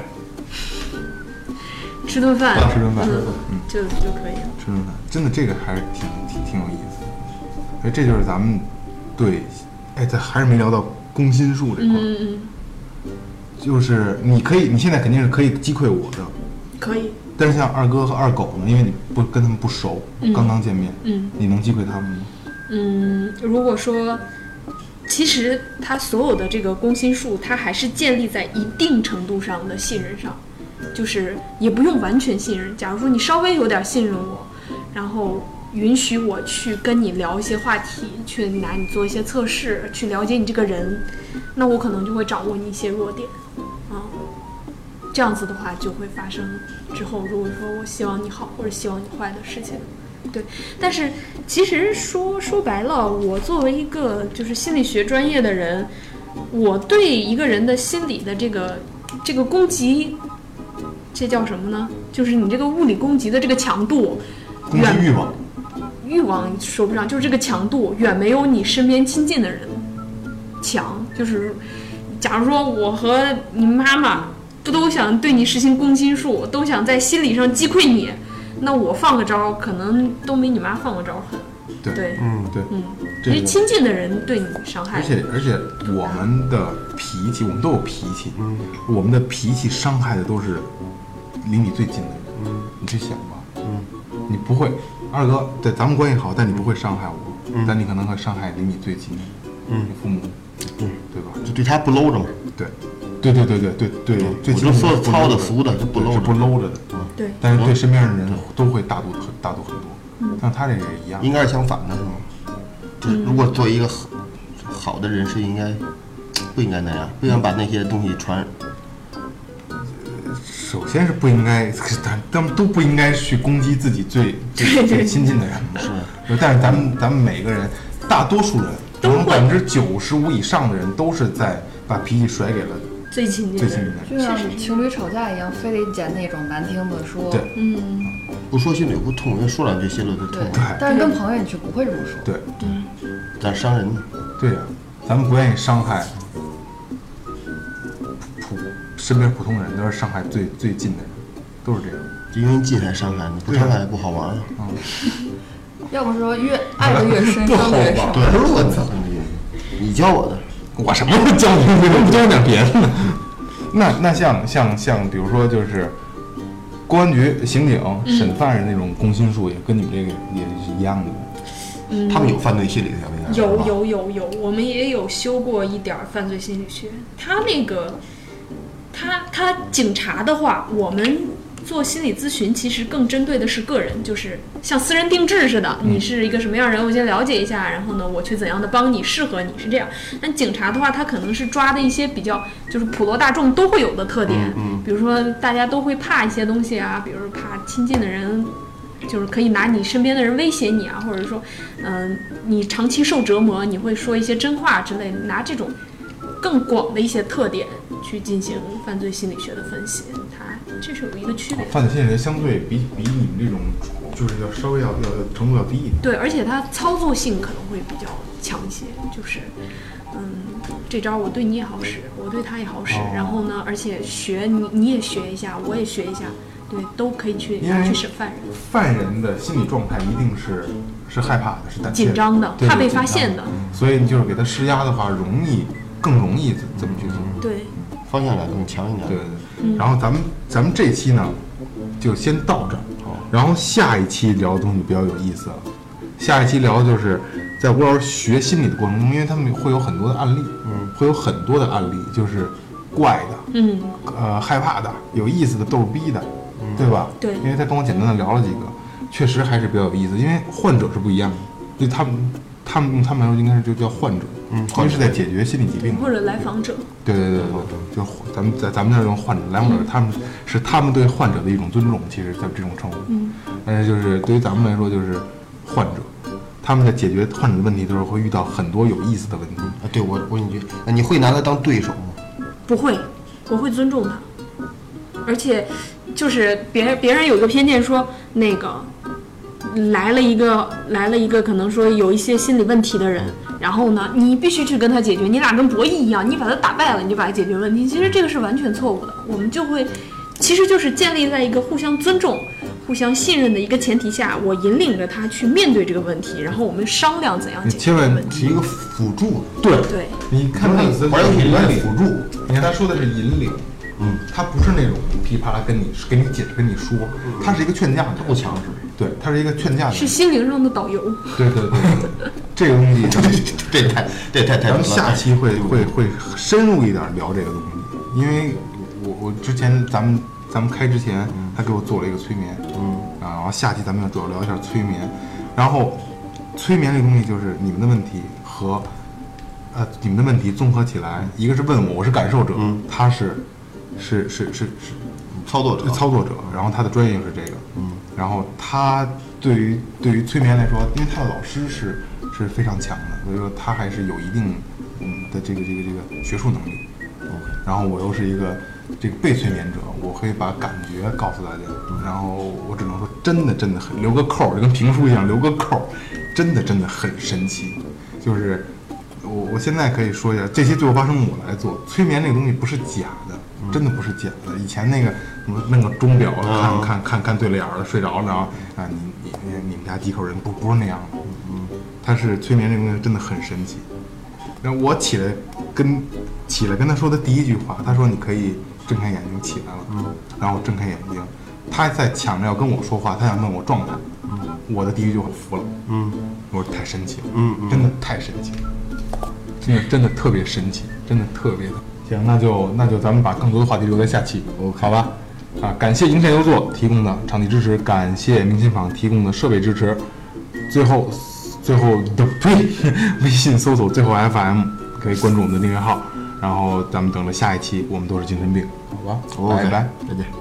[SPEAKER 5] 吃顿饭，
[SPEAKER 1] 啊吃顿饭
[SPEAKER 5] 嗯，就就可以了。
[SPEAKER 1] 吃顿饭，真的这个还是挺挺挺有意思的。哎，这就是咱们对，哎，咱还是没聊到攻心术这块儿，
[SPEAKER 5] 嗯嗯
[SPEAKER 1] 就是你可以，你现在肯定是可以击溃我的，
[SPEAKER 5] 嗯，可以。
[SPEAKER 1] 但是像二哥和二狗呢，因为你不跟他们不熟，刚刚见面，
[SPEAKER 5] 嗯
[SPEAKER 1] 你能击溃他们吗？
[SPEAKER 5] 嗯，如果说，其实他所有的这个攻心术，它还是建立在一定程度上的信任上，就是也不用完全信任。假如说你稍微有点信任我，然后允许我去跟你聊一些话题，去拿你做一些测试，去了解你这个人，那我可能就会掌握你一些弱点，啊、这样子的话就会发生之后，如果说我希望你好或者希望你坏的事情，对。但是其实说说白了，我作为一个就是心理学专业的人，我对一个人的心理的这个这个攻击，这叫什么呢？就是你这个物理攻击的这个强度，
[SPEAKER 1] 攻击欲望，
[SPEAKER 5] 欲望说不上，就是这个强度远没有你身边亲近的人强。就是，假如说我和你妈妈不都想对你实行攻心术，都想在心理上击溃你，那我放个招儿，可能都没你妈放个招儿狠。
[SPEAKER 1] 对
[SPEAKER 5] 对，
[SPEAKER 2] 嗯，
[SPEAKER 1] 对，
[SPEAKER 5] 嗯，
[SPEAKER 1] 这
[SPEAKER 5] 因为
[SPEAKER 1] 个
[SPEAKER 5] 亲近的人对你伤害，
[SPEAKER 1] 而且而且我们的脾气，我们都有脾气，
[SPEAKER 2] 嗯，
[SPEAKER 1] 我们的脾气伤害的都是离你最近的人，嗯，你去想吧，
[SPEAKER 2] 嗯，
[SPEAKER 1] 你不会，二哥，对，咱们关系好，但你不会伤害我，
[SPEAKER 2] 嗯
[SPEAKER 1] 但你可能会伤害离你最近的人，
[SPEAKER 2] 嗯
[SPEAKER 1] 你父母，
[SPEAKER 2] 嗯，
[SPEAKER 1] 对吧？
[SPEAKER 2] 就对他不搂着嘛，
[SPEAKER 1] 对，对对对对对对，最
[SPEAKER 2] 嗯我
[SPEAKER 1] 近
[SPEAKER 2] 就说
[SPEAKER 1] 不
[SPEAKER 2] 糙
[SPEAKER 1] 搂
[SPEAKER 2] 的
[SPEAKER 1] 着
[SPEAKER 2] 俗的嗯就不
[SPEAKER 1] 对
[SPEAKER 2] 搂
[SPEAKER 1] 是
[SPEAKER 2] 着
[SPEAKER 1] 不，搂着的，
[SPEAKER 5] 对
[SPEAKER 1] 但是对身边的人都会大度很大度很多，像他这个也一样，
[SPEAKER 2] 嗯应该是相反的，是吗？
[SPEAKER 5] 嗯
[SPEAKER 2] 就是如果做一个好好的人是应该不应该那样，不应该把那些东西传
[SPEAKER 1] 首先是不应该，咱咱们都不应该去攻击自己最最最亲近的人嘛。是，但是咱们咱们每个人，大多数人，可能百分之九十五以上的人都是在把脾气甩给了
[SPEAKER 5] 最亲近
[SPEAKER 1] 最
[SPEAKER 5] 的
[SPEAKER 1] 亲近
[SPEAKER 5] 人，
[SPEAKER 1] 的人。
[SPEAKER 4] 就像情侣吵架一样，非得捡那种难听的说。
[SPEAKER 1] 对
[SPEAKER 5] 嗯，
[SPEAKER 2] 不说心里不痛，人说两句心里就痛
[SPEAKER 4] 对
[SPEAKER 2] 了，
[SPEAKER 4] 但是跟朋友你却不会这么说。
[SPEAKER 1] 对
[SPEAKER 2] 咋伤人呢？
[SPEAKER 1] 对呀、咱们不愿意伤害普身边普通人，都是伤害最最近的人，都是这样。
[SPEAKER 2] 就因为近还伤害呢，
[SPEAKER 5] 啊
[SPEAKER 2] 不伤害不好玩了。
[SPEAKER 4] 要不说越爱的越深，伤的越深。
[SPEAKER 2] 对，我操你！你教我的，
[SPEAKER 1] 我什么时候教你？为什么不教你点别的呢？那那像像像，比如说就是公安局、刑警、
[SPEAKER 5] 嗯
[SPEAKER 1] 审犯人那种攻心术，也跟你们这个也是一样的。
[SPEAKER 2] 他们有犯罪心理的，应该是
[SPEAKER 5] 有
[SPEAKER 2] 吧
[SPEAKER 5] 嗯有有有，我们也有修过一点儿犯罪心理学。他那个，他他警察的话，我们做心理咨询其实更针对的是个人，就是像私人定制似的，你是一个什么样的人，我先了解一下，然后呢，我去怎样的帮你，适合你是这样。但警察的话，他可能是抓的一些比较就是普罗大众都会有的特点，比如说大家都会怕一些东西啊，比如怕亲近的人就是可以拿你身边的人威胁你啊，或者说，嗯、你长期受折磨，你会说一些真话之类的，拿这种更广的一些特点去进行犯罪心理学的分析，它这是有一个区别。
[SPEAKER 1] 犯罪心理学相对比比你们这种就是要稍微要要要程度要低一点。
[SPEAKER 5] 对，而且它操作性可能会比较强一些，就是，嗯，这招我对你也好使，我对他也好使，
[SPEAKER 1] 哦
[SPEAKER 5] 然后呢，而且学你你也学一下，我也学一下，对，都可以去
[SPEAKER 1] 因为
[SPEAKER 5] 拿去审犯人，
[SPEAKER 1] 犯人的心理状态一定是是害怕的，是胆怯
[SPEAKER 5] 紧张的
[SPEAKER 1] 对
[SPEAKER 5] 怕被
[SPEAKER 1] 紧张
[SPEAKER 5] 发现的
[SPEAKER 1] 所以你就是给他施压的话，容易更容易怎怎么去做。
[SPEAKER 5] 对，
[SPEAKER 2] 方向感更强一点。
[SPEAKER 1] 对对对，然后咱们咱们这期呢，就先到这儿，然后下一期聊的东西比较有意思了。啊下一期聊的就是在吴老师学心理的过程中，因为他们会有很多的案例，嗯，会有很多的案例，就是怪的，
[SPEAKER 5] 嗯。
[SPEAKER 1] 呃，害怕的，有意思的，逗逼的，对吧？
[SPEAKER 5] 对
[SPEAKER 1] 因为他跟我简单的聊了几个，确实还是比较有意思，因为患者是不一样的，对他们，他们用他们来说应该是就叫患者，嗯，因为是在解决心理疾病嘛，
[SPEAKER 5] 或者来访者，
[SPEAKER 1] 对对对对对，就咱们在咱们那儿用患者，来访者他们
[SPEAKER 5] 嗯
[SPEAKER 1] 是他们对患者的一种尊重，其实在这种称呼。嗯，但是就是对于咱们来说，就是患者，他们在解决患者的问题的时候会遇到很多有意思的问题。
[SPEAKER 2] 啊，对我我问一句，啊你会拿他当对手吗？
[SPEAKER 5] 不会，我会尊重他，而且就是别人别人有一个偏见说那个来了一个来了一个可能说有一些心理问题的人，然后呢，你必须去跟他解决，你俩跟博弈一样，你把他打败了，你就把他解决问题，其实这个是完全错误的，我们就会其实就是建立在一个互相尊重。互相信任的一个前提下，我引领着他去面对这个问题，然后我们商量怎样
[SPEAKER 1] 你
[SPEAKER 5] 解
[SPEAKER 1] 千
[SPEAKER 5] 决这个
[SPEAKER 1] 万
[SPEAKER 5] 问题。
[SPEAKER 2] 是一个辅助，
[SPEAKER 1] 对
[SPEAKER 5] 对，
[SPEAKER 1] 你看他的
[SPEAKER 2] 玩游戏里面辅助，
[SPEAKER 1] 你看他说的是引领，
[SPEAKER 2] 嗯，
[SPEAKER 1] 他不是那种噼里啪啦跟你给你解释跟你说，他是一个劝架的，
[SPEAKER 2] 嗯不强势。
[SPEAKER 1] 对，他是一个劝架的，
[SPEAKER 5] 是心灵上的导游。
[SPEAKER 1] 对对 对对，对这个东西咱们，
[SPEAKER 2] 这太这太太
[SPEAKER 1] 咱
[SPEAKER 2] 狠
[SPEAKER 1] 们
[SPEAKER 2] 了。
[SPEAKER 1] 下期会会会深入一点聊这个东西，因为我我之前咱们咱们开之前，
[SPEAKER 2] 嗯
[SPEAKER 1] 他给我做了一个催眠，嗯，然后下期咱们要主要聊一下催眠，然后催眠这个东西就是你们的问题和。呃，你们的问题综合起来，一个是问我，我是感受者，
[SPEAKER 2] 嗯
[SPEAKER 1] 他是，是是是是
[SPEAKER 2] 操作者，
[SPEAKER 1] 操作者，然后他的专业又是这个，嗯，然后他对于对于催眠来说，因为他的老师是是非常强的，所以说他还是有一定嗯的这个这个这个学术能力。然后我又是一个这个被催眠者，我可以把感觉告诉大家，然后我只能说真的真的很留个扣，儿，就跟评书一样留个扣，儿，真的真的很神奇，就是。我我现在可以说一下，这些对我发生我来做催眠这个东西不是假的，真的不是假的。以前那个什么弄个钟表看看看看对了眼儿了睡着了，然后啊你你你你们家几口人不不是那样的，嗯，它是催眠这个东西真的很神奇。然后我起来跟起来跟他说的第一句话，他说你可以睁开眼睛起来了，然后我睁开眼睛，他在抢着要跟我说话，他想问我状态，我的第一句话服了，嗯，我说太神奇了，嗯真的太神奇了。真的真的特别神奇，真的特别的。行，那就那就咱们把更多的话题留在下期，好吧？啊，感谢银山优作提供的场地支持，感谢明琴坊提供的设备支持。最后，最后的呸， 微信搜索最后 FM 可以关注我们的订阅号，然后咱们等着下一期，我们都是精神病，好吧？
[SPEAKER 2] OK，
[SPEAKER 1] 拜拜。
[SPEAKER 2] 再见。